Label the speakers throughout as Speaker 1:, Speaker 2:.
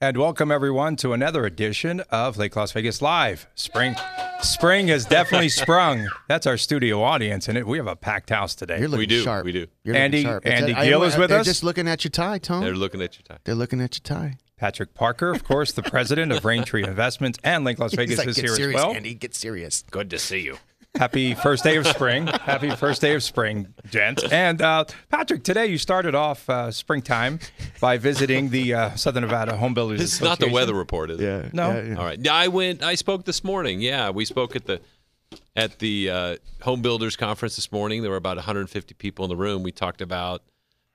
Speaker 1: and welcome everyone to another edition of Lake Las Vegas Live. Spring, spring has definitely sprung. That's our studio audience, and it, we have a packed house today.
Speaker 2: You're looking
Speaker 3: do,
Speaker 2: sharp.
Speaker 3: we do.
Speaker 2: You're looking
Speaker 1: Andy-
Speaker 2: sharp.
Speaker 1: Andy
Speaker 2: I- I-
Speaker 1: Gill is with
Speaker 2: they're
Speaker 1: us?
Speaker 2: just looking at your tie, Tom.
Speaker 3: They're
Speaker 2: They're,
Speaker 3: looking at your time.
Speaker 2: looking at your tie.
Speaker 1: Patrick Parker, of course, the president of Raintree Investments and Lake Las Vegas
Speaker 2: He's like,
Speaker 1: is
Speaker 2: get
Speaker 1: here
Speaker 2: serious,
Speaker 1: as well.
Speaker 2: Andy. Get serious.
Speaker 3: Good to see you.
Speaker 1: Happy first day of spring. Happy first day of spring, gents. And uh, Patrick, today you started off uh, springtime by visiting the uh, Southern Nevada Home Builders
Speaker 3: This is not the
Speaker 1: Association.
Speaker 3: weather report, is it?
Speaker 2: Yeah.
Speaker 1: No.
Speaker 2: yeah, yeah.
Speaker 3: All right. Yeah, I went. I spoke this morning. Yeah, we spoke at the at the uh, home builders conference this morning. There were about 150 people in the room. We talked about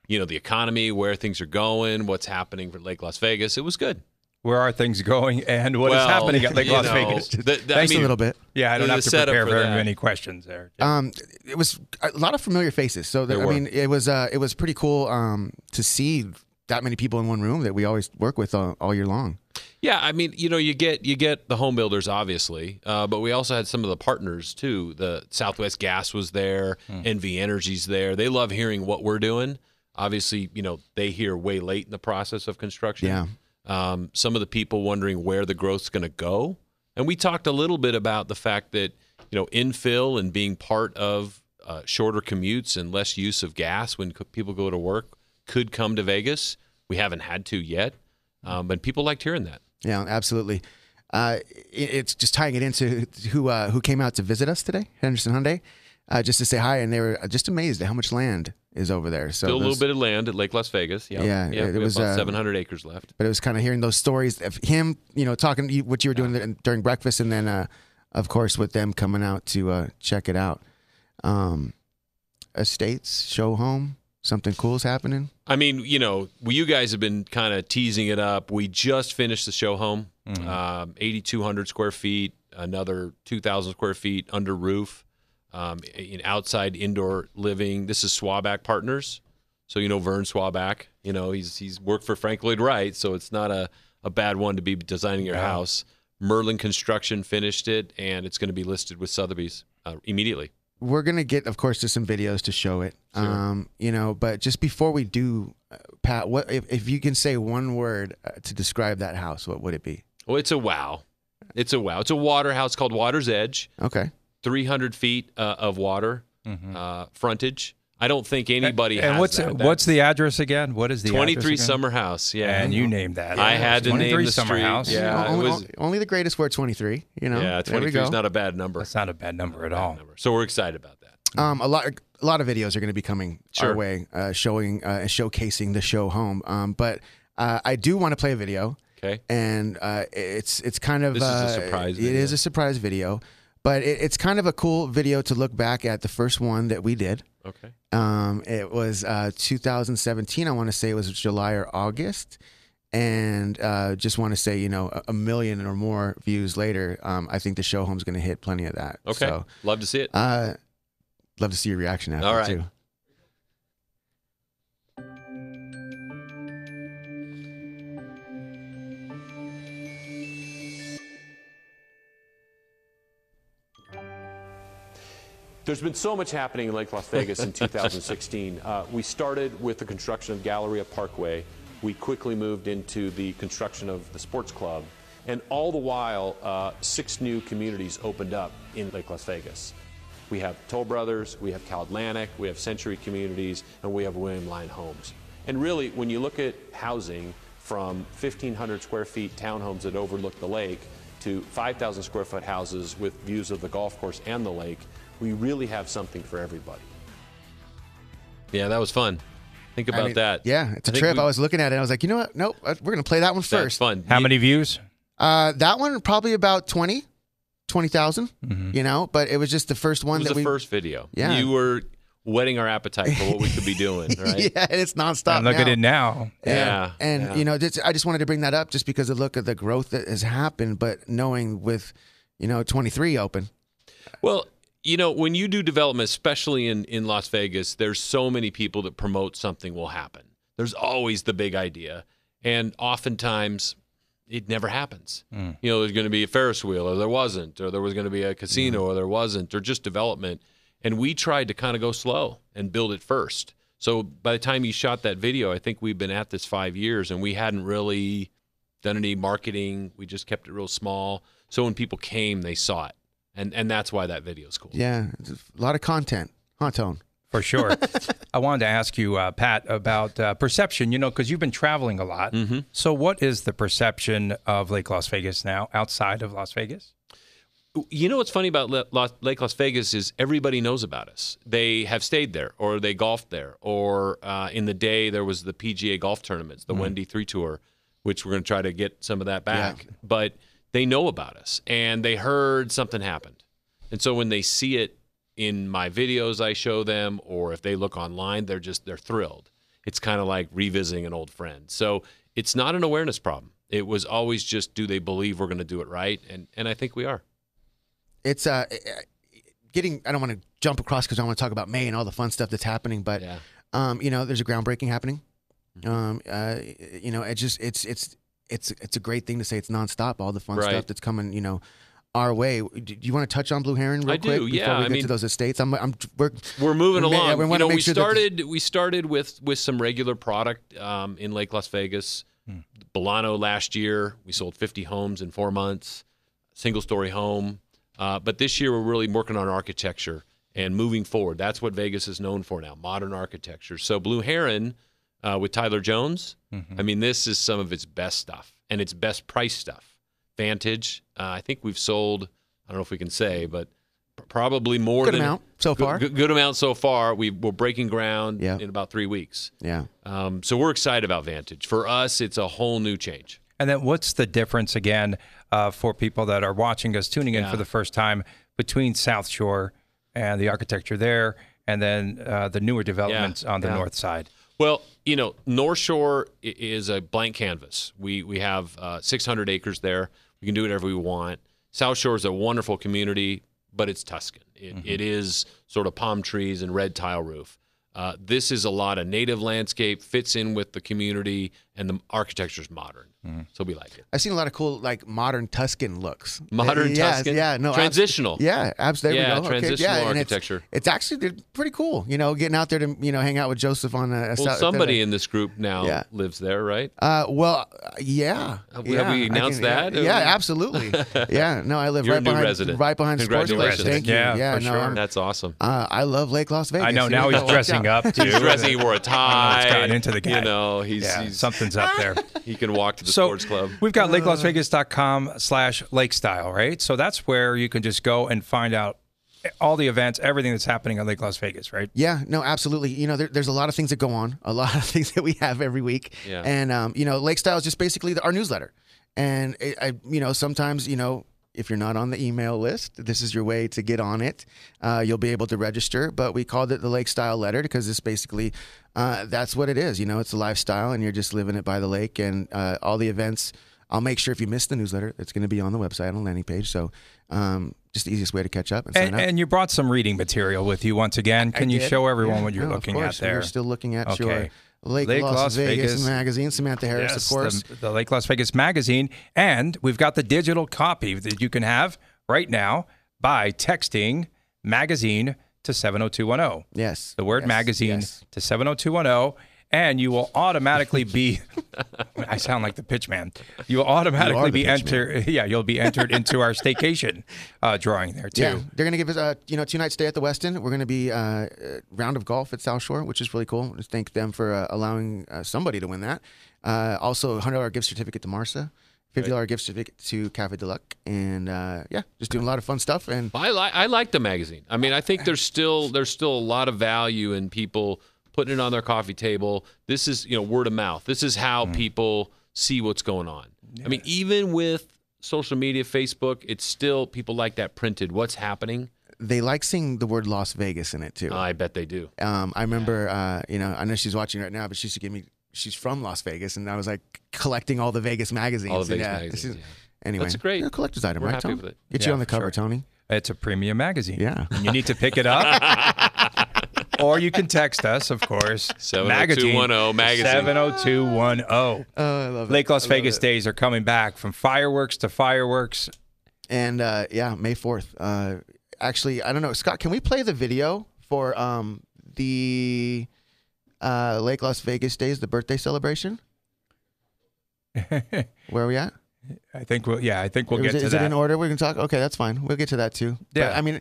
Speaker 3: you know the economy, where things are going, what's happening for Lake Las Vegas. It was good.
Speaker 1: Where are things going, and what is
Speaker 3: Well,
Speaker 1: happening at Lake
Speaker 3: you
Speaker 1: Las
Speaker 3: know,
Speaker 1: Vegas?
Speaker 3: the- the- I
Speaker 2: Thanks
Speaker 3: mean,
Speaker 2: a little bit.
Speaker 1: Yeah, I don't
Speaker 3: the
Speaker 1: have to
Speaker 3: setup
Speaker 1: prepare
Speaker 3: for
Speaker 1: very
Speaker 3: that.
Speaker 1: many questions there.
Speaker 2: Um, it was a lot of familiar faces. So that,
Speaker 3: There
Speaker 2: I
Speaker 3: were.
Speaker 2: mean, it was uh, it was pretty cool um, to see that many people in one room that we always work with all, all year long.
Speaker 3: Yeah, I mean, you know, you get you get the home builders obviously, uh, but we also had some of the partners too. The Southwest Gas was there, NV Energy's there. They love hearing what we're doing. Obviously, you know, they hear way late in the process of construction.
Speaker 2: Yeah.
Speaker 3: Um, some of the people wondering where the growth's going to go, and we talked a little bit about the fact that you know infill and being part of uh, shorter commutes and less use of gas when co- people go to work could come to Vegas. We haven't had to yet, um, and people liked hearing that.
Speaker 2: Yeah, absolutely. Uh, it- it's just tying it into who uh, who came out to visit us today, Henderson Hyundai, uh, just to say hi, and they were just amazed at how much land is over there. So
Speaker 3: Still a
Speaker 2: those-
Speaker 3: little bit of land at Lake Las Vegas. Yeah,
Speaker 2: Yeah, it
Speaker 3: yeah. we
Speaker 2: was,
Speaker 3: have about
Speaker 2: uh,
Speaker 3: 700 acres left.
Speaker 2: but it was kind of hearing those stories of him, you know, talking you- what you were doing th- during breakfast, and then, uh, of course, with them coming out to uh, check it out. Um, estates, show home, something cool's happening.
Speaker 3: I mean, you know, well, you guys have been kind of teasing it up. We just finished the show home,
Speaker 2: Mm-hmm.
Speaker 3: um, 8,200 square feet, another 2,000 square feet under roof, um, in outside indoor living. This is Swaback Partners, so you know Vern Swaback. You know, he's he's worked for Frank Lloyd Wright, so it's not a a bad one to be designing your house. Merlin Construction finished it, and it's going to be listed with Sotheby's uh, immediately.
Speaker 2: We're gonna get, of course, just some videos to show it. Um, you know, but just before we do, uh, Pat, what if, if you can say one word uh, to describe that house? What would it be?
Speaker 3: Well, Oh, it's a wow. It's a wow. It's a water house called Water's Edge.
Speaker 2: Okay,
Speaker 3: 300 feet uh, of water uh, frontage. I don't think anybody
Speaker 1: Mm-hmm. and
Speaker 3: has
Speaker 1: what's
Speaker 3: that. That-
Speaker 1: what's the address again? What is the address
Speaker 3: 23
Speaker 1: again?
Speaker 3: Summer House? Yeah,
Speaker 1: And you named that.
Speaker 3: I had to name
Speaker 1: 23
Speaker 3: the
Speaker 1: Summer
Speaker 3: street.
Speaker 1: House.
Speaker 3: Yeah. it
Speaker 2: only,
Speaker 3: was-
Speaker 2: only the greatest were twenty three. You know,
Speaker 3: yeah,
Speaker 2: There we
Speaker 3: 23 is
Speaker 2: go.
Speaker 3: not a bad number.
Speaker 1: That's not a bad number at all.
Speaker 3: number. So we're excited about that.
Speaker 2: Um, a lot, a lot of videos are going to be coming our
Speaker 3: Sure.
Speaker 2: way, uh, showing, uh, showcasing the show home. Um, but uh, I do want to play a video,
Speaker 3: Okay,
Speaker 2: and uh, it's it's kind of
Speaker 3: This is a
Speaker 2: uh,
Speaker 3: surprise
Speaker 2: It
Speaker 3: video.
Speaker 2: is a surprise video, but it, it's kind of a cool video to look back at the first one that we did.
Speaker 3: okay.
Speaker 2: Um, it was uh, 2017. I want to say it was July or August. And uh, just want to say, you know, a- a million or more views later, um, I think the show home's going to hit plenty of that.
Speaker 3: Okay,
Speaker 2: So,
Speaker 3: love to see it.
Speaker 2: uh, love to see your reaction after
Speaker 3: All right.
Speaker 2: too.
Speaker 4: There's been so much happening in Lake Las Vegas in 2016. Uh, we started with the construction of Galleria Parkway. We quickly moved into the construction of the sports club. And all the while, uh, six new communities opened up in Lake Las Vegas. We have Toll Brothers, we have Cal Atlantic, we have Century Communities, and we have William Lyon Homes. And really, when you look at housing from 1,500 square feet townhomes that overlook the lake to 5,000 square foot houses with views of the golf course and the lake, we really have something for everybody.
Speaker 3: yeah, that was fun. Think about
Speaker 2: I mean,
Speaker 3: that.
Speaker 2: Yeah, it's a
Speaker 3: a
Speaker 2: trip. I was looking at it. and I was like, you know what? Nope, uh, we're gonna play that one
Speaker 3: that's
Speaker 2: first.
Speaker 3: fun.
Speaker 1: How many views?
Speaker 2: Uh, that one probably about 20, 20,000, You know, but it was just the first
Speaker 3: Mm-hmm. It
Speaker 2: one
Speaker 3: was
Speaker 2: that
Speaker 3: the
Speaker 2: we.
Speaker 3: first video.
Speaker 2: Yeah.
Speaker 3: you were whetting our appetite for what we could be doing. Right?
Speaker 2: yeah, and it's nonstop.
Speaker 1: and look
Speaker 2: now.
Speaker 1: at it now.
Speaker 3: Yeah,
Speaker 2: and
Speaker 3: yeah.
Speaker 2: you know, just, I just wanted to bring that up just because of look at the growth that has happened, but knowing with, you know, twenty three open.
Speaker 3: Well, you know, when you do development, especially in, in Las Vegas, there's so many people that promote something will happen. There's always the big idea. And oftentimes it never happens. You know, there's going to be a Ferris wheel, or there wasn't, or there was going to be a casino, or there wasn't, or just development. And we tried to kind of go slow and build it first. So by the time you shot that video, I think we've been at this five years and we hadn't really done any marketing. We just kept it real small. So when people came, they saw it. And and that's why that video is cool.
Speaker 2: Yeah, it's a lot of content, huh, Tone?
Speaker 1: For sure. I wanted to ask you, uh, Pat, about uh, perception, you know, because you've been traveling a lot.
Speaker 3: Mm-hmm.
Speaker 1: So, what is the perception of Lake Las Vegas now outside of Las Vegas?
Speaker 3: You know what's funny about La- Las- Lake Las Vegas is everybody knows about us. They have stayed there, or they golfed there, or uh, in the day there was the PGA golf tournaments, the Wendy Three Tour, which we're going to try to get some of that back. But they know about us, and they heard something happened, and so when they see it in my videos, I show them, or if they look online, they're just they're thrilled. It's kind of like revisiting an old friend. So it's not an awareness problem. It was always just do they believe we're going to do it right, and and I think we are.
Speaker 2: It's uh, getting. I don't want to jump across because I want to talk about May and all the fun stuff that's happening. But
Speaker 3: Yeah.
Speaker 2: um, you know, there's a groundbreaking happening.
Speaker 3: Mm-hmm.
Speaker 2: Um, uh, you know, it just it's it's it's it's a great thing to say. It's nonstop. All the fun
Speaker 3: Right.
Speaker 2: stuff that's coming. You know. Our way. Do you want to touch on Blue Heron real
Speaker 3: I do,
Speaker 2: quick before
Speaker 3: yeah,
Speaker 2: we
Speaker 3: I
Speaker 2: get
Speaker 3: mean-
Speaker 2: to those estates? I'm, I'm, we're,
Speaker 3: we're moving
Speaker 2: We may-
Speaker 3: along.
Speaker 2: we
Speaker 3: We
Speaker 2: wanna
Speaker 3: you know,
Speaker 2: make
Speaker 3: we
Speaker 2: sure that this-
Speaker 3: started we started with with some regular product um, in Lake Las Vegas.
Speaker 2: Hmm.
Speaker 3: Bolano last year, we sold 50 homes in four months, single story home. Uh, but this year, we're really working on architecture and moving forward. That's what Vegas is known for now, modern architecture. So Blue Heron uh, with Tyler Jones,
Speaker 2: Mm-hmm.
Speaker 3: I mean, this is some of its best stuff and its best price stuff. Vantage, uh, I think we've sold. I don't know if we can say, but pr- probably more
Speaker 2: Good
Speaker 3: than
Speaker 2: amount so
Speaker 3: good-
Speaker 2: far.
Speaker 3: Good, good amount so far. We we're breaking ground
Speaker 2: Yeah.
Speaker 3: in about three weeks.
Speaker 2: yeah.
Speaker 3: Um, so we're excited about Vantage. For us, it's a whole new change.
Speaker 1: And then, what's the difference again uh, for people that are watching us, tuning in for the first time, between South Shore and the architecture there, and then uh, the newer developments on the north side?
Speaker 3: Well, you know, North Shore i- is a blank canvas. We we have uh, 600 acres there. We can do whatever we want. South Shore is a wonderful community, but it's Tuscan. It,
Speaker 2: Mm-hmm.
Speaker 3: it is sort of palm trees and red tile roof. Uh, this is a lot of native landscape. Fits in with the community, and the architecture is modern.
Speaker 2: Mm-hmm.
Speaker 3: So we like it.
Speaker 2: I've seen a lot of cool, like modern Tuscan looks.
Speaker 3: Modern
Speaker 2: yeah,
Speaker 3: Tuscan?
Speaker 2: yeah, no, abs-
Speaker 3: Transitional.
Speaker 2: yeah, absolutely.
Speaker 3: Yeah,
Speaker 2: go. Okay,
Speaker 3: transitional
Speaker 2: yeah, and it's-
Speaker 3: architecture.
Speaker 2: It's, actually they're pretty cool. You know, getting out there to you know hang out with Joseph on a, a
Speaker 3: Well,
Speaker 2: Saturday-
Speaker 3: somebody in this group now
Speaker 2: Yeah.
Speaker 3: lives there, right?
Speaker 2: Uh, well, uh, yeah.
Speaker 3: Have we-
Speaker 2: yeah.
Speaker 3: have we
Speaker 2: I
Speaker 3: announced
Speaker 2: yeah,
Speaker 3: that?
Speaker 2: Yeah,
Speaker 3: Or-
Speaker 2: absolutely. yeah, no, I live
Speaker 3: You're a
Speaker 2: right
Speaker 3: new
Speaker 2: behind
Speaker 3: resident.
Speaker 2: right behind Sports Place.
Speaker 3: Congratulations.
Speaker 2: Thank you.
Speaker 1: Yeah,
Speaker 2: yeah
Speaker 1: for
Speaker 2: no,
Speaker 1: sure.
Speaker 2: I'm-
Speaker 3: That's awesome.
Speaker 2: uh, I love Lake Las Vegas.
Speaker 1: I know
Speaker 2: You
Speaker 1: now he's
Speaker 2: that worked
Speaker 1: dressing
Speaker 2: out.
Speaker 1: up too.
Speaker 3: He's dressing. He wore a tie.
Speaker 1: it's gotten into the guy.
Speaker 3: You know, he's,
Speaker 1: Yeah,
Speaker 3: he's
Speaker 1: something's up there.
Speaker 3: he can walk to the sports club. Uh.
Speaker 1: We've got lakelasvegas.com slash lakestyle, right? So that's where you can just go and find out all the events, everything that's happening on Lake Las Vegas, right?
Speaker 2: Yeah, no, absolutely. You know, there, there's a lot of things that go on, a lot of things that we have every week.
Speaker 3: Yeah.
Speaker 2: And, um, you know, Lake Style is just basically the, our newsletter. And, it, I, you know, sometimes, you know, if you're not on the email list, this is your way to get on it. Uh, you'll be able to register. But we called it the Lake Style Letter because it's basically uh, that's what it is. You know, it's a lifestyle and you're just living it by the lake and uh, all the events. I'll make sure if you miss the newsletter, it's going to be on the website on the landing page. So, um, just the easiest way to catch up and sign
Speaker 1: And,
Speaker 2: up.
Speaker 1: and you brought some reading material with you once again. Can you
Speaker 2: did.
Speaker 1: show everyone
Speaker 2: Yeah,
Speaker 1: what
Speaker 3: Oh,
Speaker 1: you're
Speaker 2: no,
Speaker 1: looking
Speaker 2: of
Speaker 1: at
Speaker 2: course.
Speaker 1: there?
Speaker 2: We're still looking at
Speaker 1: Okay.
Speaker 2: your Lake, Las, Vegas, magazine. Samantha Harris,
Speaker 1: Yes,
Speaker 2: of course.
Speaker 1: The, the Lake Las Vegas magazine. And we've got the digital copy that you can have right now by texting magazine to 70210.
Speaker 2: yes.
Speaker 1: the word
Speaker 2: yes,
Speaker 1: magazine
Speaker 2: yes.
Speaker 1: to 70210 and you will automatically be I sound like the pitch man. You will automatically
Speaker 2: the
Speaker 1: be
Speaker 2: pitch man.
Speaker 1: entered yeah, you'll be entered into our staycation uh, drawing there too.
Speaker 2: Yeah, they're gonna give us a you know two night stay at the Westin. We're gonna be uh, uh, round of golf at South Shore, which is really cool. Just thank them for uh, allowing uh, somebody to win that. Uh, also, a hundred dollar gift certificate to Marsa, fifty dollar gift certificate to Cafe Deluxe, and uh, yeah, just doing a lot of fun stuff. And
Speaker 3: I like I like the magazine. I mean, I think there's still there's still a lot of value in people putting it on their coffee table. This is you know word of mouth. This is how
Speaker 1: Mm.
Speaker 3: people see what's going on. I mean, even with social media, Facebook, it's still people like that printed. What's happening?
Speaker 2: they like seeing the word Las Vegas in it too.
Speaker 3: I bet they do.
Speaker 2: Um, I remember, uh, you know, I know she's watching right now, but she used to give me. She's from Las Vegas, and I was like collecting all the Vegas magazines.
Speaker 3: All the Vegas
Speaker 2: and, uh,
Speaker 3: magazines,
Speaker 2: she's-
Speaker 3: yeah.
Speaker 2: Anyway,
Speaker 3: That's great.
Speaker 2: You're a collector's item,
Speaker 3: We're
Speaker 2: right?
Speaker 3: happy
Speaker 2: Tony?
Speaker 3: with it.
Speaker 2: Get
Speaker 1: Yeah,
Speaker 2: you on the
Speaker 1: for
Speaker 2: cover,
Speaker 1: sure.
Speaker 2: Tony.
Speaker 1: It's a premium magazine.
Speaker 2: Yeah.
Speaker 1: And you need to pick it up. or you can text us, of course.
Speaker 3: 70210 magazine.
Speaker 1: 70210.
Speaker 2: Oh, I love
Speaker 1: Lake Las Vegas days are coming back from fireworks to fireworks.
Speaker 2: And uh, yeah, May fourth. Uh, actually, I don't know, Scott. Can we play the video for um, the uh, Lake Las Vegas Days, the birthday celebration? Where are we at?
Speaker 1: I think we'll yeah, I think we'll
Speaker 2: is
Speaker 1: get
Speaker 2: it,
Speaker 1: to
Speaker 2: is
Speaker 1: that.
Speaker 2: it in order? We're gonna talk. Okay, that's fine. We'll get to that too. But,
Speaker 1: Yeah.
Speaker 2: I mean,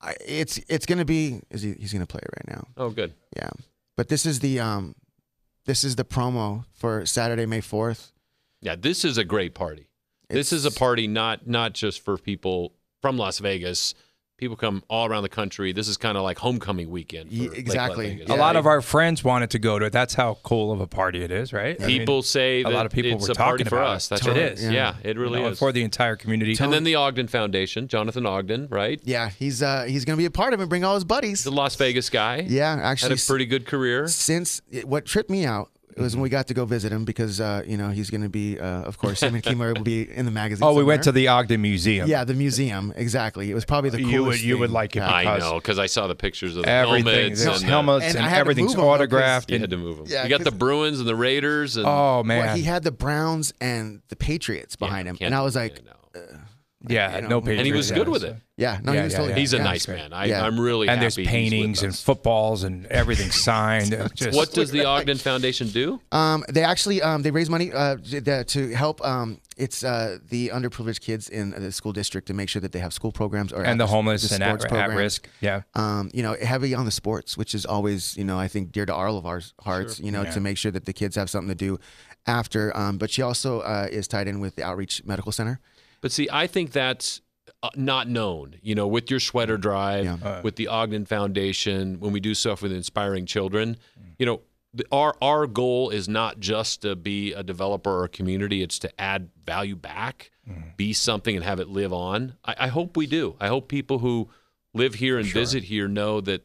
Speaker 2: I, it's it's gonna be. Is he? He's gonna play it right now.
Speaker 3: Oh, good.
Speaker 2: Yeah. But this is the um, this is the promo for Saturday, May fourth.
Speaker 3: Yeah, this is a great party. this is a party not not just for people from Las Vegas. People come all around the country. This is kind of like homecoming weekend. For
Speaker 2: Ye-
Speaker 3: Lake Las
Speaker 2: exactly.
Speaker 3: Vegas.
Speaker 1: a lot of our friends wanted to go to it. That's how cool of a party it is, right? I mean,
Speaker 3: people say
Speaker 1: a
Speaker 3: that
Speaker 1: lot of people
Speaker 3: it's
Speaker 1: were
Speaker 3: a party
Speaker 1: talking
Speaker 3: for
Speaker 1: about it.
Speaker 3: us. That's
Speaker 1: Totally,
Speaker 3: it is.
Speaker 1: yeah.
Speaker 3: Yeah, it really
Speaker 1: you know,
Speaker 3: is.
Speaker 1: for the entire community.
Speaker 3: and then the Ogden Foundation, Jonathan Ogden, right?
Speaker 2: Yeah, he's uh he's gonna be a part of it. Bring all his buddies.
Speaker 3: The Las Vegas guy.
Speaker 2: Yeah,
Speaker 3: had
Speaker 2: actually,
Speaker 3: a pretty good career.
Speaker 2: since what tripped me out
Speaker 1: Mm-hmm.
Speaker 2: was when we got to go visit him because uh you know he's gonna be uh of course him and Kimura will be in the magazine.
Speaker 1: oh, we went to
Speaker 2: somewhere.
Speaker 1: the Ogden Museum.
Speaker 2: yeah the museum exactly. It was probably the coolest
Speaker 1: you would you
Speaker 2: thing.
Speaker 1: would like it.
Speaker 2: Yeah.
Speaker 3: I
Speaker 1: because
Speaker 3: know because I saw the pictures of the
Speaker 1: Everything,
Speaker 3: helmets.
Speaker 1: his
Speaker 3: and the-
Speaker 1: helmets,
Speaker 2: And
Speaker 1: and,
Speaker 2: I had to
Speaker 1: everything's
Speaker 2: move 'em, though, 'cause-
Speaker 1: autographed.
Speaker 3: You
Speaker 1: and-
Speaker 3: had to move them.
Speaker 2: Yeah,
Speaker 3: you got the
Speaker 2: 'cause-
Speaker 3: Bruins and the Raiders. And,
Speaker 1: oh
Speaker 2: Well,
Speaker 1: man,
Speaker 2: he had the Browns and the Patriots
Speaker 3: Yeah,
Speaker 2: behind him,
Speaker 3: can't
Speaker 2: and I was
Speaker 3: do-
Speaker 2: like,
Speaker 3: yeah, no.
Speaker 1: yeah,
Speaker 2: you know,
Speaker 1: no
Speaker 2: and he
Speaker 1: pictures.
Speaker 3: and he was
Speaker 1: yeah,
Speaker 3: good with
Speaker 1: so-
Speaker 3: it.
Speaker 2: yeah, no,
Speaker 1: Yeah,
Speaker 2: he was
Speaker 1: yeah,
Speaker 2: totally.
Speaker 1: yeah.
Speaker 3: He's a
Speaker 1: Yeah,
Speaker 3: nice man. I,
Speaker 2: Yeah.
Speaker 3: I'm really
Speaker 1: And there's
Speaker 3: happy he's with
Speaker 1: paintings and
Speaker 3: us.
Speaker 1: footballs and everything signed. and just-
Speaker 3: What does the Ogden Foundation do?
Speaker 2: Um, they actually um, they raise money uh, j- the- to help. Um, it's uh, the underprivileged kids in the school district to make sure that they have school programs or
Speaker 1: and the
Speaker 2: at-
Speaker 1: homeless
Speaker 2: the
Speaker 1: and at,
Speaker 2: sports
Speaker 1: at
Speaker 2: programs.
Speaker 1: risk. Yeah,
Speaker 2: Um, you know, heavy on the sports, which is always you know I think dear to all of our hearts. You know, to make sure that the kids have something to do after. Um, but she also uh, is tied in with the outreach medical center.
Speaker 3: But see, I think that's uh, not known. You know, with your sweater drive,
Speaker 2: Yeah.
Speaker 3: with the Ogden Foundation, when we do stuff with inspiring children, you know, the, our our goal is not just to be a developer or a community; it's to add value back, be something, and have it live on. I, I hope we do. I hope people who live here and visit here know that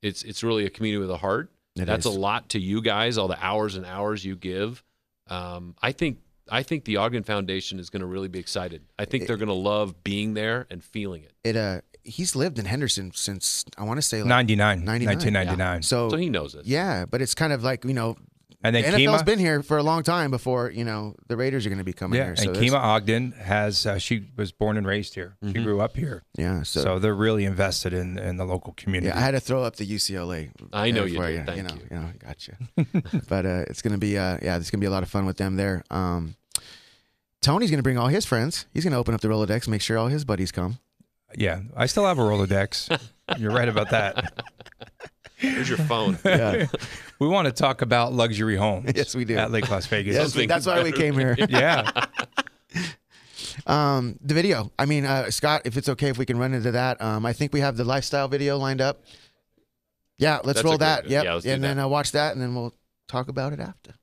Speaker 3: it's it's really a community with a heart.
Speaker 2: It
Speaker 3: That's
Speaker 2: is.
Speaker 3: a lot to you guys, all the hours and hours you give. Um, I think I think the Ogden Foundation is going to really be excited. I think they're going to love being there and feeling it.
Speaker 2: It uh, he's lived in Henderson since I want to say like
Speaker 1: 99,
Speaker 2: 99,
Speaker 1: 1999.
Speaker 2: So,
Speaker 3: So he knows it.
Speaker 2: Oh, yeah, but it's kind of like you know
Speaker 1: And then
Speaker 2: the NFL's
Speaker 1: Kima,
Speaker 2: been here for a long time before you know the Raiders are going to be coming
Speaker 1: yeah,
Speaker 2: here.
Speaker 1: and
Speaker 2: So
Speaker 1: Kima
Speaker 2: that's-
Speaker 1: Ogden has uh, she was born and raised here. She grew up here,
Speaker 2: yeah,
Speaker 1: so,
Speaker 2: so,
Speaker 1: they're really invested in in the local community.
Speaker 2: yeah, I had to throw up the UCLA.
Speaker 3: I know
Speaker 2: there
Speaker 3: you
Speaker 2: for
Speaker 3: did.
Speaker 2: You
Speaker 3: Thank
Speaker 2: know,
Speaker 3: you.
Speaker 2: know, gotcha. but uh, it's going to be uh, yeah, it's going to be a lot of fun with them there. Um, Tony's going to bring all his friends. He's going to open up the Rolodex, make sure all his buddies come.
Speaker 1: Yeah, I still have a Rolodex. You're right about that.
Speaker 3: Here's your phone.
Speaker 2: Yeah,
Speaker 1: We want to talk about luxury homes.
Speaker 2: Yes, we do.
Speaker 1: At Lake Las Vegas.
Speaker 2: yes,
Speaker 3: Something
Speaker 2: that's why we
Speaker 3: better.
Speaker 2: came here.
Speaker 1: Yeah.
Speaker 2: Um, the video. I mean, uh, Scott, if it's okay, if we can run into that. Um, I think we have the lifestyle video lined up. Yeah, let's
Speaker 3: That's a
Speaker 2: roll
Speaker 3: good
Speaker 2: that.
Speaker 3: idea.
Speaker 2: Yep.
Speaker 3: Yeah, let's do
Speaker 2: and then
Speaker 3: that.
Speaker 2: uh, watch that, and then we'll talk about it after.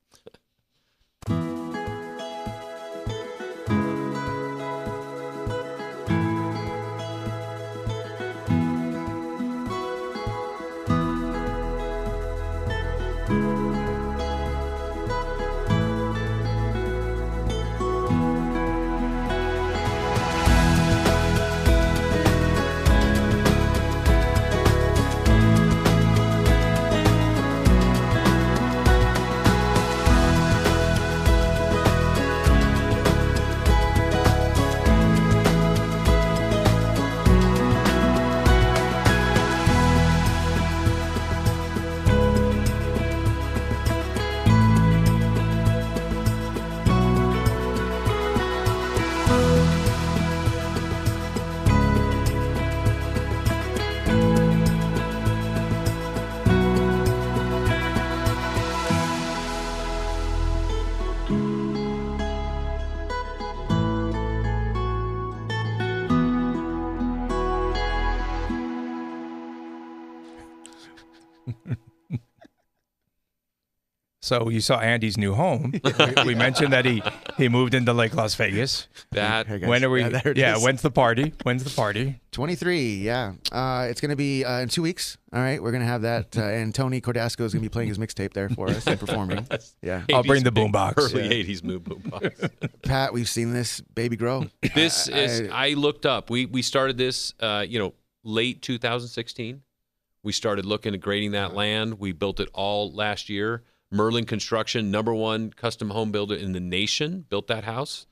Speaker 1: So you saw Andy's new home. We- we mentioned that he he moved into Lake Las Vegas.
Speaker 3: That
Speaker 2: Hey, guys.
Speaker 1: When are we?
Speaker 2: Yeah, there it is.
Speaker 1: when's the party? When's the party?
Speaker 2: 23, yeah. Uh, it's going to be uh, in two weeks. All right. We're going to have that. Uh, and Tony Cordasco is going to be playing his mixtape there for us and performing. Yeah.
Speaker 1: I'll bring the
Speaker 3: 80s
Speaker 1: boombox.
Speaker 3: Early
Speaker 1: Yeah.
Speaker 3: '80s move boombox.
Speaker 2: Pat, we've seen this baby grow.
Speaker 3: this
Speaker 2: I-
Speaker 3: is. I looked up. We we started this. Uh, you know, late 2016. We started looking at grading that land. We built it all last year. Merlin Construction, number one custom home builder in the nation, built that house.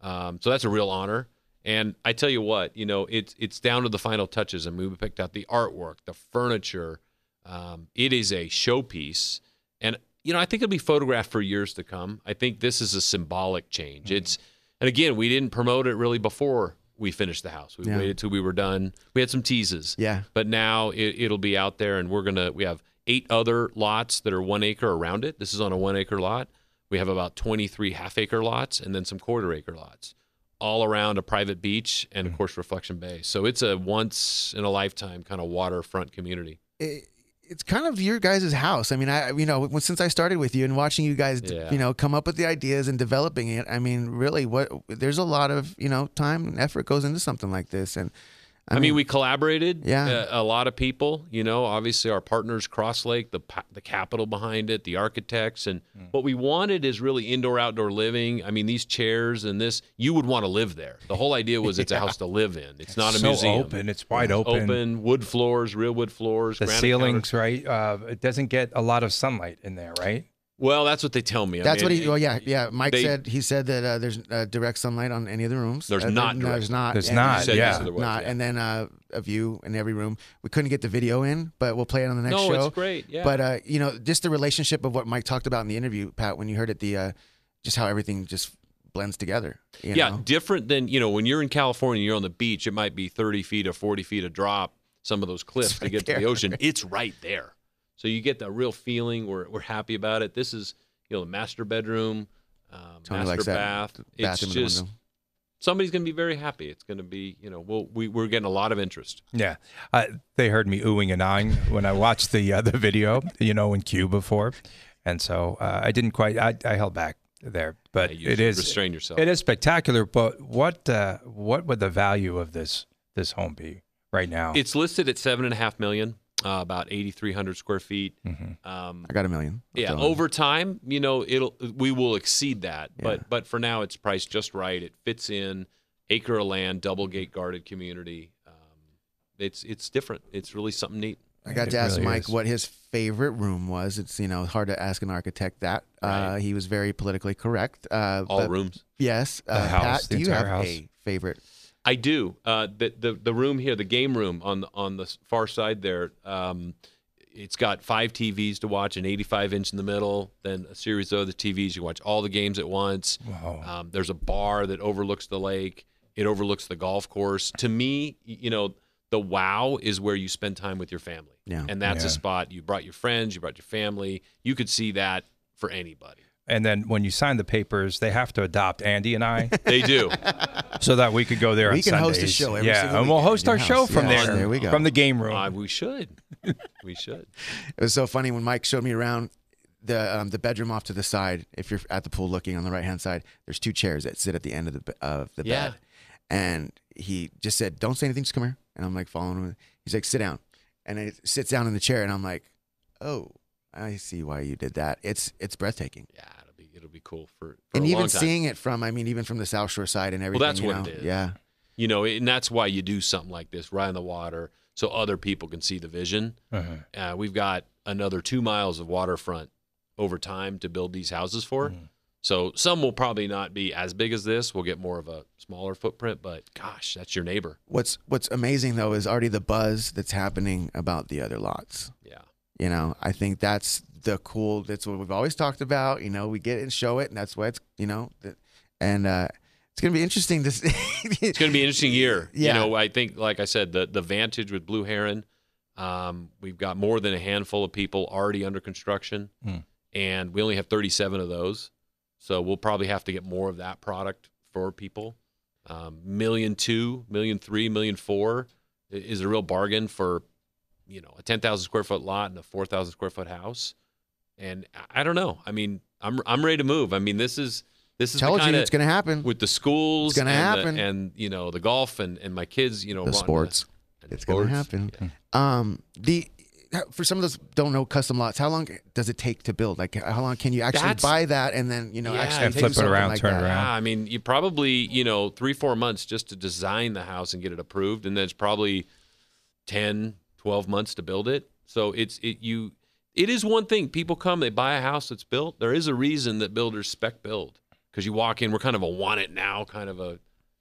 Speaker 3: Um, so that's a real honor. And I tell you what, you know, it's it's down to the final touches, and we picked out the artwork, the furniture. Um, it is a showpiece, and you know, I think it'll be photographed for years to come. I think this is a symbolic change. It's, and again, we didn't promote it really before we finished the house. We
Speaker 2: Yeah.
Speaker 3: waited till we were done. We had some teases.
Speaker 2: Yeah.
Speaker 3: But now it, it'll be out there, and we're gonna. We have eight other lots that are one acre around it. This is on a one acre lot. We have about 23 half acre lots, and then some quarter acre lots, all around a private beach and of course Reflection Bay. So it's a once in a lifetime kind of waterfront community.
Speaker 2: it, it's kind of your guys' house. I mean, I you know when- since I started with you and watching you guys, d-
Speaker 3: Yeah.
Speaker 2: you know, come up with the ideas and developing it. I mean, really, what there's a lot of you know time and effort goes into something like this, and
Speaker 3: I mean, we collaborated. uh,
Speaker 2: Yeah.
Speaker 3: A, a lot of people, you know, obviously our partners, Cross Lake, the pa- the capital behind it, the architects, and
Speaker 1: Hmm.
Speaker 3: what we wanted is really indoor outdoor living. I mean, these chairs and this, you would want to live there. The whole idea was it's a house to live in. It's not a
Speaker 1: so
Speaker 3: museum.
Speaker 1: open. It's wide open.
Speaker 3: Open, wood floors, real wood floors,
Speaker 1: The
Speaker 3: granite
Speaker 1: ceilings,
Speaker 3: counters.
Speaker 1: right? Uh, it doesn't get a lot of sunlight in there, right?
Speaker 3: Well, that's what they tell me. I
Speaker 2: that's
Speaker 3: mean,
Speaker 2: what he. Well, yeah, yeah. Mike
Speaker 3: they-
Speaker 2: said he said that uh, there's uh, direct sunlight on any of the rooms.
Speaker 3: There's
Speaker 2: Uh,
Speaker 3: not
Speaker 2: no, there's
Speaker 3: direct.
Speaker 2: not.
Speaker 1: There's
Speaker 2: And-
Speaker 1: not,
Speaker 3: said
Speaker 1: yeah.
Speaker 3: yes, otherwise,
Speaker 2: Not
Speaker 3: yeah.
Speaker 2: and then uh, a view in every room. We couldn't get the video in, but we'll play it on the next
Speaker 3: No,
Speaker 2: show.
Speaker 3: it's great, yeah.
Speaker 2: But uh, you know, just the relationship of what Mike talked about in the interview, Pat, when you heard it, the uh, just how everything just blends together. you
Speaker 3: yeah,
Speaker 2: know?
Speaker 3: different than you know when you're in California, you're on the beach. It might be 30 feet or 40 feet of drop. Some of those cliffs to
Speaker 2: right
Speaker 3: get to the
Speaker 2: there.
Speaker 3: ocean, it's right there. So you get that real feeling. We're we're happy about it. This is you know the master bedroom, um,
Speaker 2: Tony
Speaker 3: master
Speaker 2: likes that.
Speaker 3: bath. It's
Speaker 2: Bathroom in the
Speaker 3: just
Speaker 2: window.
Speaker 3: somebody's going to be very happy. It's going to be you know we'll, we we're getting a lot of interest.
Speaker 1: Yeah, uh, they heard me oohing and ahhing when I watched the uh, the video, you know, in Cuba before, and so uh, I didn't quite. I, I held back there, but
Speaker 3: Yeah, you
Speaker 1: it
Speaker 3: should
Speaker 1: is
Speaker 3: restrain yourself.
Speaker 1: It is spectacular. But what uh, what would the value of this this home be right now?
Speaker 3: It's listed at seven and a half million, uh, about 8,300 square feet.
Speaker 1: Mm-hmm.
Speaker 3: Um,
Speaker 2: I got a million. I'll
Speaker 3: Yeah,
Speaker 2: tell you.
Speaker 3: over time, you know, it'll we will exceed that, but but for now, it's priced just right. It fits in acre of land, double gate guarded community. Um, it's it's different. It's really something neat.
Speaker 2: I got
Speaker 1: It
Speaker 2: to ask
Speaker 1: really
Speaker 2: Mike
Speaker 1: is.
Speaker 2: what his favorite room was. It's you know hard to ask an architect that. Uh,
Speaker 3: Right.
Speaker 2: he was very politically correct. Uh,
Speaker 3: All
Speaker 2: but-
Speaker 3: rooms.
Speaker 2: Yes. Uh,
Speaker 1: house,
Speaker 2: Pat,
Speaker 1: the
Speaker 2: do you
Speaker 1: entire
Speaker 2: have
Speaker 1: house.
Speaker 2: a favorite?
Speaker 3: I do. Uh, the, the the room here, the game room on the, on the s- far side there. Um, it's got five TVs to watch, an 85 inch in the middle, then a series of other TVs. You watch all the games at once.
Speaker 1: Wow.
Speaker 3: Um, there's a bar that overlooks the lake. It overlooks the golf course. To me, y- you know, the wow is where you spend time with your family.
Speaker 2: Yeah.
Speaker 3: And that's
Speaker 1: Yeah.
Speaker 3: a spot you brought your friends, you brought your family. You could see that for anybody.
Speaker 1: and then when you sign the papers, they have to adopt Andy and I,
Speaker 3: They do.
Speaker 1: so that we could go there.
Speaker 2: We
Speaker 1: on
Speaker 2: can host a
Speaker 1: Sundays.
Speaker 2: show every
Speaker 1: yeah,
Speaker 2: single
Speaker 1: and we'll
Speaker 2: weekend
Speaker 1: host
Speaker 2: in
Speaker 1: our
Speaker 2: your
Speaker 1: show
Speaker 2: house.
Speaker 1: from
Speaker 2: Yes,
Speaker 1: there.
Speaker 2: there we go.
Speaker 1: From the game room.
Speaker 3: Uh, we should. We should.
Speaker 2: It was so funny when Mike showed me around the um, the bedroom off to the side. If you're at the pool looking on the right hand side, there's two chairs that sit at the end of the be- of the
Speaker 3: Yeah.
Speaker 2: bed. And he just said, "Don't say anything. Just come here." And I'm like following him. He's like, "Sit down," and I sits down in the chair, and I'm like, "Oh, I see why you did that. It's it's breathtaking."
Speaker 3: Yeah, it'll be it'll be cool for, for
Speaker 2: And
Speaker 3: a
Speaker 2: even
Speaker 3: long time.
Speaker 2: seeing it from, I mean, even from the South Shore side and everything.
Speaker 3: that's
Speaker 2: you
Speaker 3: what
Speaker 2: know?
Speaker 3: it is.
Speaker 2: Yeah.
Speaker 3: you know, and that's why you do something like this, right on the water, so other people can see the vision.
Speaker 1: Uh-huh.
Speaker 3: Uh, we've got another two miles of waterfront over time to build these houses for. So some will probably not be as big as this. We'll get more of a smaller footprint, but gosh, that's your neighbor.
Speaker 2: What's What's amazing though is already the buzz that's happening about the other lots.
Speaker 3: Yeah.
Speaker 2: You know, I think that's the cool. That's what we've always talked about. You know, we get it and show it, and that's why it's you know, that, and uh, it's gonna be interesting. This
Speaker 3: It's going to be an interesting year.
Speaker 2: Yeah.
Speaker 3: You know, I think, like I said, the the Vantage with Blue Heron, um, we've got more than a handful of people already under construction,
Speaker 1: Hmm.
Speaker 3: and we only have 37 of those. So we'll probably have to get more of that product for people. Um, million two, million three, million four i- is a real bargain for, you know, a 10,000 square foot lot and a 4,000 square foot house. And I- I don't know. I mean, I'm I'm ready to move. I mean, this is this is
Speaker 2: tells
Speaker 3: the
Speaker 2: you
Speaker 3: kinda,
Speaker 2: it's gonna happen.
Speaker 3: with the schools
Speaker 2: It's gonna
Speaker 3: and the-
Speaker 2: happen.
Speaker 3: and you know the golf and and my kids you know
Speaker 2: the
Speaker 3: run
Speaker 2: sports.
Speaker 3: and
Speaker 2: It's
Speaker 3: uh, sports.
Speaker 2: gonna happen. Um, the for some of those don't know custom lots, how long does it take to build? Like, how long can you actually
Speaker 3: That's-
Speaker 2: buy that and then you know
Speaker 3: Yeah,
Speaker 2: actually
Speaker 3: And
Speaker 2: do
Speaker 1: flip it
Speaker 2: something
Speaker 1: around,
Speaker 2: like
Speaker 1: turn it
Speaker 2: that?
Speaker 1: around.
Speaker 3: yeah i mean you probably you know three four months just to design the house and get it approved and then it's probably 10 12 months to build it so it's it you it is one thing people come they buy a house that's built there is a reason that builders spec build because you walk in we're kind of a want it now kind of a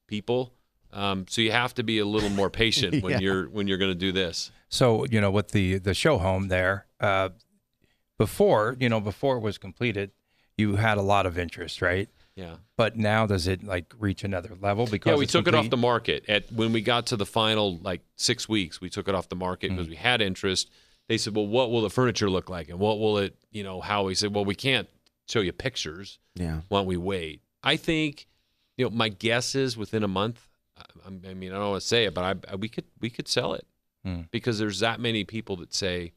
Speaker 3: people um, so you have to be a little more patient when
Speaker 2: Yeah.
Speaker 3: you're when you're going to do this
Speaker 1: So you know, with the the show home there, uh, before, you know, before it was completed, you had a lot of interest, right?
Speaker 3: Yeah.
Speaker 1: But now does it like reach another level? Because
Speaker 3: yeah, we
Speaker 1: it's
Speaker 3: took it
Speaker 1: complete?
Speaker 3: off the market at when we got to the final like six weeks. We took it off the market because we had interest. They said, "Well, what will the furniture look like, and what will it, you know, how?" We said, "Well, we can't show you pictures.
Speaker 2: Yeah.
Speaker 3: Why don't we wait?" I think, you know, my guess is within a month. I, I mean, I don't want to say it, but I, I- we could we could sell it
Speaker 1: Hmm.
Speaker 3: because there's that many people that say,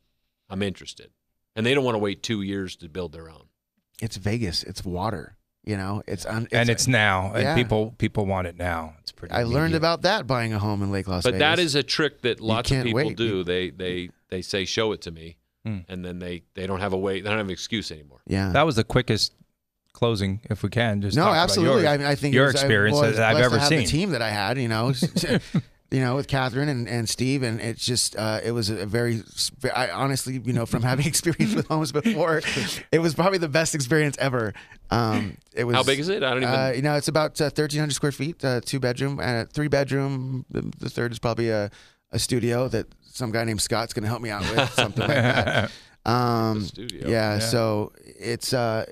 Speaker 3: "I'm interested," and they don't want to wait two years to build their own.
Speaker 2: It's Vegas. It's water. You know, it's on.
Speaker 1: and it's now, and
Speaker 2: Yeah.
Speaker 1: people people want it now. It's pretty.
Speaker 2: I learned
Speaker 1: immediate.
Speaker 2: about that buying a home in Lake Las
Speaker 3: but
Speaker 2: Vegas.
Speaker 3: that is a trick that lots of
Speaker 2: can't
Speaker 3: people
Speaker 2: wait.
Speaker 3: do. They they they say show it to me,
Speaker 1: Hmm.
Speaker 3: and then they they don't have a way. They don't have an excuse anymore.
Speaker 2: yeah.
Speaker 1: that was the quickest closing, if we can. Just
Speaker 2: no,
Speaker 1: talk about
Speaker 2: absolutely.
Speaker 1: yours.
Speaker 2: I, mean, I think it
Speaker 1: your
Speaker 2: was- I
Speaker 1: experience
Speaker 2: was
Speaker 1: that I've
Speaker 2: blessed to
Speaker 1: ever
Speaker 2: have
Speaker 1: seen.
Speaker 2: The team that I had, you know, you know, with Catherine and, and Steve, and it's just uh, it was a very. I honestly, you know, from having experience with homes before, it was probably the best experience ever. Um, it was
Speaker 3: How big is it? I don't even.
Speaker 2: Uh, you know, it's about uh, thirteen hundred square feet, uh, two bedroom, uh, three bedroom. The, the third is probably a, a studio that some guy named Scott's going to help me out with something like that. Um,
Speaker 3: studio.
Speaker 2: Yeah,
Speaker 1: Yeah.
Speaker 2: so it's uh,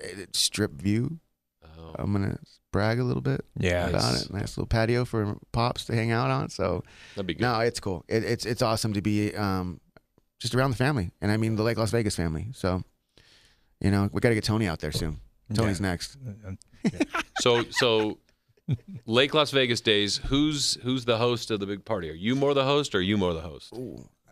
Speaker 2: it- strip view.
Speaker 3: oh,
Speaker 2: I'm going to brag a little bit
Speaker 1: yeah,
Speaker 2: about
Speaker 3: Nice.
Speaker 2: it. Nice little patio for pops to hang out on. So
Speaker 3: that'd be good.
Speaker 2: no, it's cool. It, it's it's awesome to be um, just around the family, and I mean the Lake Las Vegas family. So you know, we got to get Tony out there soon. Tony's next.
Speaker 3: So so. Lake Las Vegas days. Who's who's the host of the big party? Are you more the host, or are you more the host?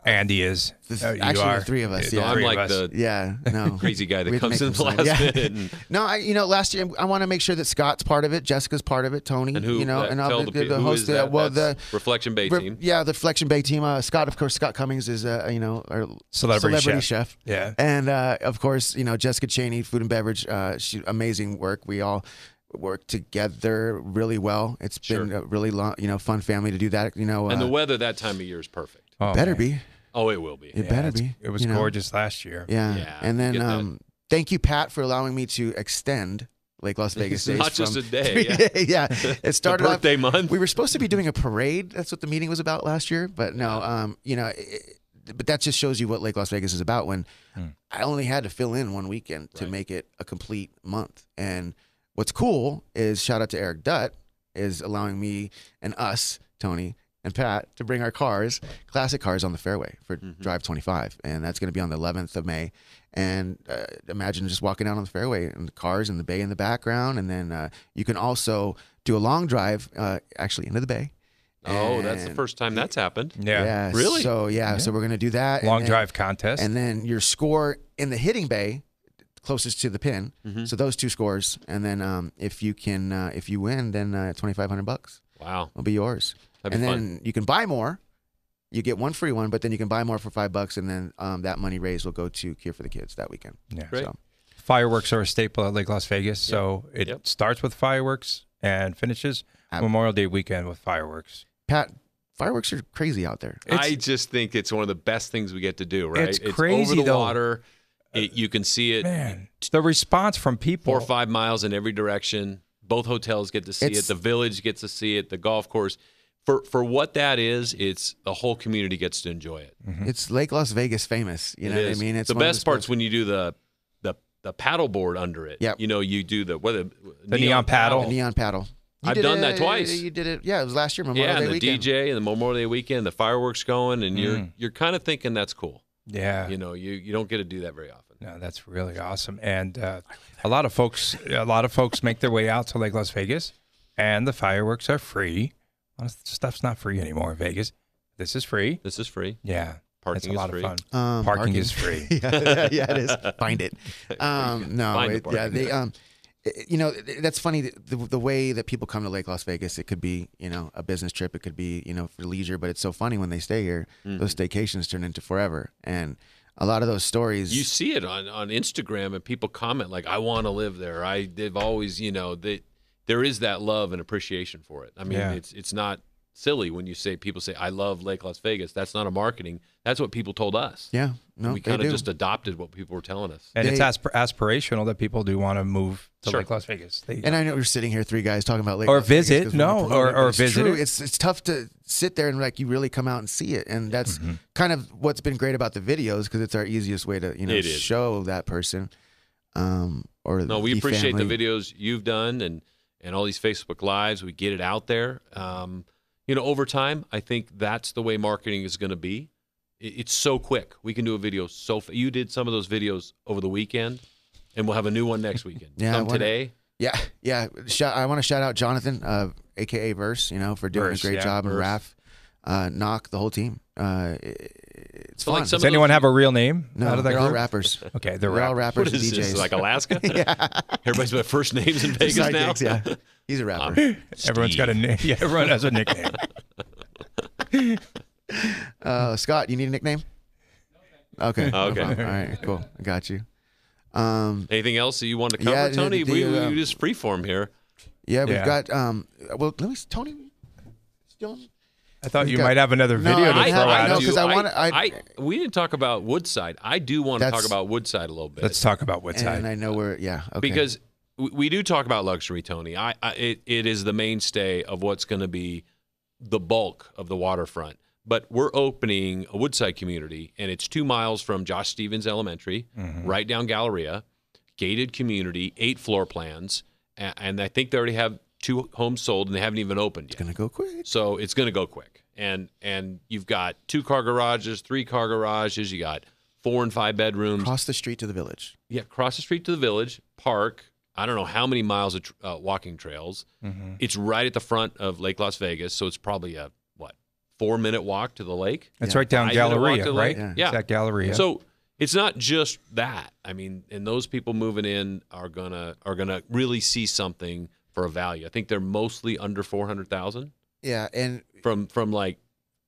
Speaker 1: Andy is.
Speaker 2: This-
Speaker 1: Oh, you
Speaker 2: actually, the
Speaker 1: are.
Speaker 2: three of us,
Speaker 1: The
Speaker 2: yeah.
Speaker 3: I'm
Speaker 1: three of
Speaker 3: like
Speaker 1: us.
Speaker 3: the
Speaker 2: Yeah, no.
Speaker 3: crazy guy that
Speaker 2: We'd make
Speaker 3: comes in the
Speaker 2: them sign.
Speaker 3: last
Speaker 2: Yeah.
Speaker 3: minute. And,
Speaker 2: No, I you know last year I want to make sure that Scott's part of it, Jessica's part of it, Tony,
Speaker 3: and who?
Speaker 2: you know,
Speaker 3: uh,
Speaker 2: and
Speaker 3: tell
Speaker 2: I'll
Speaker 3: the,
Speaker 2: be
Speaker 3: pe-
Speaker 2: the, the
Speaker 3: who
Speaker 2: host
Speaker 3: is
Speaker 2: of that.
Speaker 3: that?
Speaker 2: Well,
Speaker 3: That's
Speaker 2: the
Speaker 3: Reflection Bay
Speaker 2: re-
Speaker 3: team.
Speaker 2: yeah, the Flexion Bay team. Uh, Scott, of course, Scott Cummings is uh, you know our
Speaker 1: Celebrity
Speaker 2: chef.
Speaker 1: Yeah.
Speaker 2: and uh, of course, you know Jessica Cheney, food and beverage. Uh, she amazing work. We all work together really well. It's been
Speaker 3: Sure.
Speaker 2: a really long, you know, fun family to do that. You know, uh,
Speaker 3: And the weather that time of year is perfect.
Speaker 1: Oh,
Speaker 2: better
Speaker 1: man.
Speaker 2: be.
Speaker 3: Oh, it will be.
Speaker 2: It
Speaker 1: Yeah,
Speaker 2: better
Speaker 1: it's-
Speaker 2: be.
Speaker 1: It was
Speaker 2: you know?
Speaker 1: gorgeous last year.
Speaker 2: Yeah.
Speaker 3: Yeah,
Speaker 2: and then
Speaker 3: get that.
Speaker 2: um, thank you, Pat, for allowing me to extend Lake Las Vegas
Speaker 3: It's
Speaker 2: Days.
Speaker 3: not just
Speaker 2: from-
Speaker 3: a day, yeah.
Speaker 2: yeah. It started off-
Speaker 3: birthday month.
Speaker 2: We were supposed to be doing a parade. That's what the meeting was about last year. But no, um, you know, it, but that just shows you what Lake Las Vegas is about. When I only had to fill in one weekend to make it a complete month. And what's cool is shout out to Eric Dutt is allowing me and us, Tony and Pat, to bring our cars, classic cars, on the fairway for
Speaker 1: Mm-hmm.
Speaker 2: Drive 25, and that's going to be on the 11th of May. And uh, imagine just walking out on the fairway and the cars and the bay in the background, and then uh, you can also do a long drive uh, actually into the bay.
Speaker 3: Oh, that's the
Speaker 2: And-
Speaker 3: first time that's happened.
Speaker 1: Yeah.
Speaker 3: Really?
Speaker 2: So yeah, so we're going to do that and
Speaker 1: Long
Speaker 2: then-
Speaker 1: drive contest.
Speaker 2: and then your score in the hitting bay closest to the pin.
Speaker 1: Mm-hmm.
Speaker 2: So those two scores, and then um, if you can, uh, if you win, then uh, twenty five hundred bucks
Speaker 3: Wow.
Speaker 2: will be yours.
Speaker 3: That'd
Speaker 2: and
Speaker 3: be
Speaker 2: then you can buy more. You get one free one, but then you can buy more for five bucks, and then um, that money raised will go to Cure for the Kids that weekend.
Speaker 1: Yeah.
Speaker 3: Great.
Speaker 2: So
Speaker 1: Fireworks are a staple at Lake Las Vegas, so it
Speaker 3: Yep.
Speaker 1: starts with fireworks and finishes
Speaker 2: Ab-
Speaker 1: Memorial Day weekend with fireworks.
Speaker 2: Pat, fireworks are crazy out there.
Speaker 1: It's-
Speaker 3: I just think it's one of the best things we get to do, right?
Speaker 1: It's crazy,
Speaker 3: over the
Speaker 1: though.
Speaker 3: water. It, you can see it
Speaker 1: Man, the response from people.
Speaker 3: four or five miles in every direction. Both hotels get to see
Speaker 2: It's-
Speaker 3: it. The village gets to see it. The golf course. For for what that is, it's the whole community gets to enjoy it.
Speaker 2: It's Lake Las Vegas famous. You
Speaker 3: Mm-hmm. It
Speaker 2: know
Speaker 3: is.
Speaker 2: what I mean? It's
Speaker 3: the
Speaker 2: one of
Speaker 3: best
Speaker 2: those
Speaker 3: part's
Speaker 2: places-
Speaker 3: when you do the the the paddle board under it.
Speaker 2: Yep.
Speaker 3: You know, you do the whether the
Speaker 1: neon paddle.
Speaker 2: The neon paddle. You
Speaker 3: I've
Speaker 2: did
Speaker 3: done
Speaker 2: it-
Speaker 3: that twice.
Speaker 2: You did it. Yeah, it was last year Memorial
Speaker 3: Yeah,
Speaker 2: Day
Speaker 3: and the
Speaker 2: weekend.
Speaker 3: DJ and the Memorial Day weekend, the fireworks going, and
Speaker 1: Mm.
Speaker 3: you're you're kind of thinking that's cool.
Speaker 1: Yeah.
Speaker 3: You know, you you don't get to do that very often.
Speaker 1: No, that's really awesome, and uh, a lot of folks, a lot of folks make their way out to Lake Las Vegas, and the fireworks are free. A lot of stuff's not free anymore in Vegas. This is free.
Speaker 3: This is free.
Speaker 1: Yeah, it's
Speaker 3: Parking
Speaker 1: a
Speaker 3: is
Speaker 1: lot
Speaker 3: free.
Speaker 1: of fun.
Speaker 2: Um,
Speaker 1: parking, is free.
Speaker 2: yeah, yeah, it is. Find it. Um, no,
Speaker 3: Find the
Speaker 2: it- yeah,
Speaker 3: parking.
Speaker 2: they, um, it- you know, th- that's funny. The, the way that people come to Lake Las Vegas, it could be, you know, a business trip. It could be, you know, for leisure. But it's so funny when they stay here. Those
Speaker 3: Mm-hmm.
Speaker 2: staycations turn into forever, and a lot of those stories.
Speaker 3: You see it on, on Instagram and people comment like, "I want to live there." I they've always, you know, that there is that love and appreciation for it. I mean,
Speaker 1: Yeah.
Speaker 3: it's it's not silly when you say people say I love Lake Las Vegas. That's not a marketing. That's what people told us.
Speaker 2: Yeah, no,
Speaker 3: we
Speaker 2: they
Speaker 3: kind of
Speaker 2: do.
Speaker 3: just adopted what people were telling us.
Speaker 1: And it's
Speaker 2: They-
Speaker 1: aspir- aspirational that people do want to move to
Speaker 3: Sure.
Speaker 1: Lake Las Vegas. They-
Speaker 2: And I know we're sitting here, three guys talking about Lake
Speaker 1: Or
Speaker 2: Las Vegas
Speaker 1: visit,
Speaker 2: 'cause we wanna
Speaker 1: no,
Speaker 2: promote
Speaker 1: or-
Speaker 2: it, but
Speaker 1: or
Speaker 2: it's
Speaker 1: visit
Speaker 2: True.
Speaker 1: it.
Speaker 2: It's it's tough to sit there and like you really come out and see it, and that's kind of what's been great about the videos because it's our easiest way to you know
Speaker 3: It is.
Speaker 2: show that person. Um, or
Speaker 3: No, we
Speaker 2: the
Speaker 3: appreciate
Speaker 2: family.
Speaker 3: the videos you've done and and all these Facebook lives. We get it out there. Um, you know, over time, I think that's the way marketing is going to be. It, it's so quick. We can do a video so. F- you did some of those videos over the weekend, and we'll have a new one next weekend.
Speaker 2: Yeah, I
Speaker 3: some
Speaker 2: wonder-
Speaker 3: today.
Speaker 2: Yeah, yeah. Shout, I want to shout out Jonathan, uh, aka Verse, you know, for doing
Speaker 1: Verse,
Speaker 2: a great
Speaker 1: yeah,
Speaker 2: job, and
Speaker 1: Verse.
Speaker 2: Raph, uh, Knock, the whole team. Uh, i- it's
Speaker 3: So,
Speaker 2: fun.
Speaker 3: like, some
Speaker 1: Does anyone have a real name
Speaker 2: no,
Speaker 1: out of that
Speaker 2: they're
Speaker 1: group?
Speaker 2: all rappers.
Speaker 1: Okay, they're
Speaker 2: They're all
Speaker 1: rappers.
Speaker 2: rappers
Speaker 3: What
Speaker 2: and
Speaker 3: is
Speaker 2: DJs.
Speaker 3: this? Like Alaska?
Speaker 2: yeah,
Speaker 3: Everybody's my first names in Vegas
Speaker 2: Side
Speaker 3: now.
Speaker 2: gigs, yeah. He's a rapper.
Speaker 1: Everyone's got a name. Yeah, everyone has a nickname.
Speaker 2: Uh, Scott, you need a nickname? Okay. no
Speaker 3: Okay.
Speaker 2: problem. All right. Cool. I got you. Um,
Speaker 3: Anything else that you want to cover,
Speaker 2: Yeah, the-
Speaker 3: Tony?
Speaker 2: the,
Speaker 3: we, we
Speaker 2: um,
Speaker 3: just freeform here.
Speaker 2: yeah, we've
Speaker 1: Yeah.
Speaker 2: got. Um, well, let me. s- Tony, still
Speaker 1: I thought you
Speaker 2: got-
Speaker 1: might have another
Speaker 2: No,
Speaker 1: video to
Speaker 2: I-
Speaker 1: throw
Speaker 2: I
Speaker 1: at
Speaker 2: know,
Speaker 1: us.
Speaker 2: 'cause I wanna- I-
Speaker 3: we didn't talk about Woodside. I do want to
Speaker 2: That's-
Speaker 3: talk about Woodside a little bit.
Speaker 1: Let's talk about Woodside.
Speaker 2: and uh, I know where. Yeah. Okay.
Speaker 3: because we, we do talk about luxury, Tony. I, I it, it is the mainstay of what's going to be the bulk of the waterfront. But we're opening a Woodside community, and it's two miles from Josh Stevens Elementary,
Speaker 2: Mm-hmm.
Speaker 3: right down Galleria, gated community, eight floor plans, and, and I think they already have two homes sold, and they haven't even opened yet.
Speaker 2: gonna go quick.
Speaker 3: So it's going to go quick. And and you've got two car garages, three car garages. You got four and five bedrooms.
Speaker 2: Cross the street to the village.
Speaker 3: yeah, cross the street to the village park. I don't know how many miles of tr- uh, walking trails.
Speaker 2: Mm-hmm.
Speaker 3: It's right at the front of Lake Las Vegas, so it's probably a what four minute walk to the lake.
Speaker 1: it's
Speaker 2: Yeah.
Speaker 1: right down
Speaker 3: I even walked
Speaker 1: Galleria,
Speaker 3: to the
Speaker 1: right?
Speaker 3: lake. Yeah.
Speaker 1: It's that Galleria.
Speaker 3: So it's not just that. I mean, and those people moving in are gonna are gonna really see something for a value. I think they're mostly under four hundred thousand
Speaker 2: Yeah, and
Speaker 3: from from like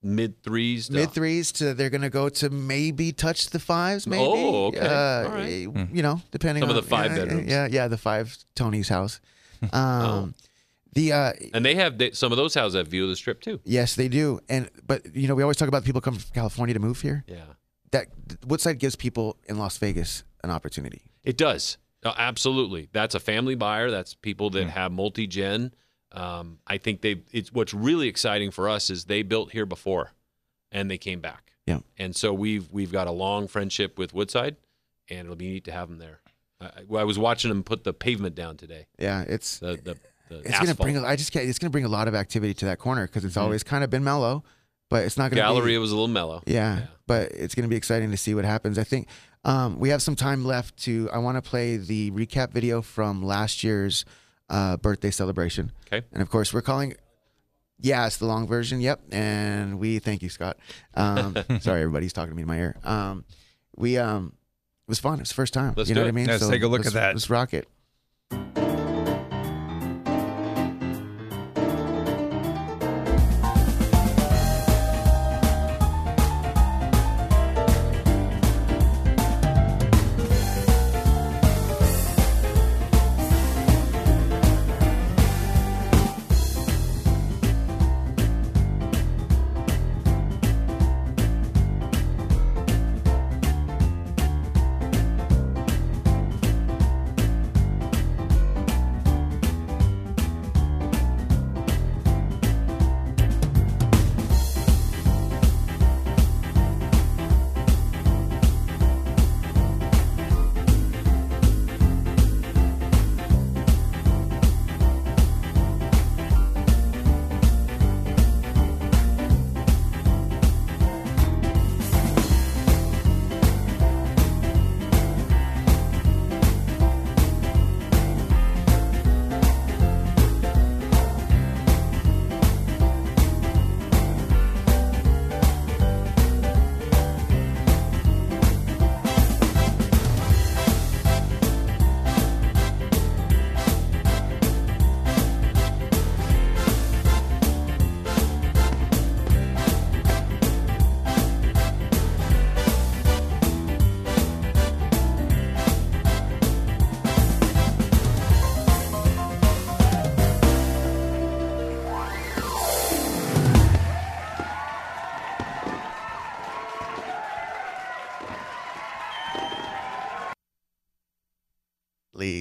Speaker 3: mid threes to
Speaker 2: mid threes to they're gonna go to maybe touch the fives. Maybe.
Speaker 3: Oh, okay.
Speaker 2: Uh,
Speaker 3: All right.
Speaker 2: You know, depending
Speaker 3: Some of
Speaker 2: on
Speaker 3: the five
Speaker 2: yeah,
Speaker 3: bedrooms.
Speaker 2: Yeah, yeah, the five Tony's house. Um, The uh,
Speaker 3: And they have they, some of those houses have view of the strip too.
Speaker 2: yes, they do, and but you know, we always talk about people come from California to move here.
Speaker 3: Yeah,
Speaker 2: that Woodside gives people in Las Vegas an opportunity.
Speaker 3: it does. Uh, absolutely, that's a family buyer. That's people
Speaker 2: Hmm.
Speaker 3: that have multi gen. Um, I think they. It's what's really exciting for us is they built here before, and they came back.
Speaker 2: Yeah.
Speaker 3: And so we've we've got a long friendship with Woodside, and it'll be neat to have them there. I, I- well, I was watching them put the pavement down today.
Speaker 2: Yeah, it's
Speaker 3: The the, the
Speaker 2: it's
Speaker 3: asphalt. Mm-hmm.
Speaker 2: gonna bring. I just can't, it's gonna bring a lot of activity to that corner because it's always kind of been mellow, but it's not gonna
Speaker 3: Gallery
Speaker 2: Be,
Speaker 3: was a little mellow.
Speaker 2: yeah, but it's gonna be exciting to see what happens. I think um, we have some time left to. I want to play the recap video from last year's uh, birthday celebration.
Speaker 3: Okay.
Speaker 2: and of course we're calling. Yeah, it's the long version. Yep, and we thank you, Scott. Um, sorry, everybody's talking to me in my ear. Um, we um, it was fun. It was the first time.
Speaker 3: Let's
Speaker 2: you know
Speaker 3: do
Speaker 2: what
Speaker 3: it.
Speaker 2: I mean?
Speaker 1: Let's take a look at
Speaker 2: let's-
Speaker 1: that.
Speaker 2: Let's rock it.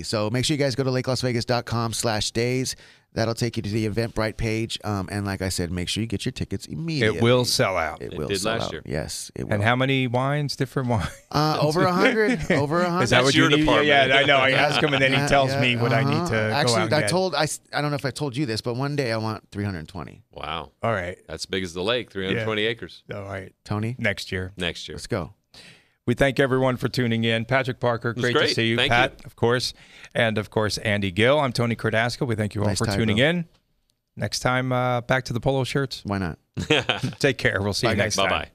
Speaker 2: So make sure you guys go to lakelasvegas.com slash days. That'll take you to the Eventbrite page. Um, and like I said, make sure you get your tickets immediately.
Speaker 1: It will sell out.
Speaker 2: It will
Speaker 3: did
Speaker 2: sell
Speaker 3: last
Speaker 2: out.
Speaker 3: year.
Speaker 2: Yes, it will.
Speaker 1: And how many wines? Different wines.
Speaker 2: uh, over a hundred. over a hundred.
Speaker 1: Is that what
Speaker 3: That's your
Speaker 1: you need?
Speaker 3: department.
Speaker 1: Yeah, yeah, I know. I ask him, and then
Speaker 2: Yeah,
Speaker 1: he tells
Speaker 2: yeah,
Speaker 1: me what I
Speaker 2: uh-huh.
Speaker 1: need to
Speaker 2: Actually,
Speaker 1: go out and
Speaker 2: I
Speaker 1: get.
Speaker 2: told I, s- I don't know if I told you this, but one day I want 320.
Speaker 3: Wow.
Speaker 1: All right,
Speaker 3: That's big as the lake, 320 acres
Speaker 1: all right.
Speaker 2: Tony,
Speaker 1: Next year.
Speaker 3: next year.
Speaker 2: let's go.
Speaker 1: We thank everyone for tuning in. Patrick Parker, great,
Speaker 3: great.
Speaker 1: to see you.
Speaker 3: Thank
Speaker 1: Pat, of course, and of course Andy Gill. I'm Tony Cardasco. We thank you all
Speaker 2: Nice
Speaker 1: for
Speaker 2: tie,
Speaker 1: tuning
Speaker 2: bro.
Speaker 1: in. Next time, uh, back to the polo shirts.
Speaker 2: Why not?
Speaker 1: Take care. We'll see you next
Speaker 3: Bye
Speaker 1: time.
Speaker 3: bye.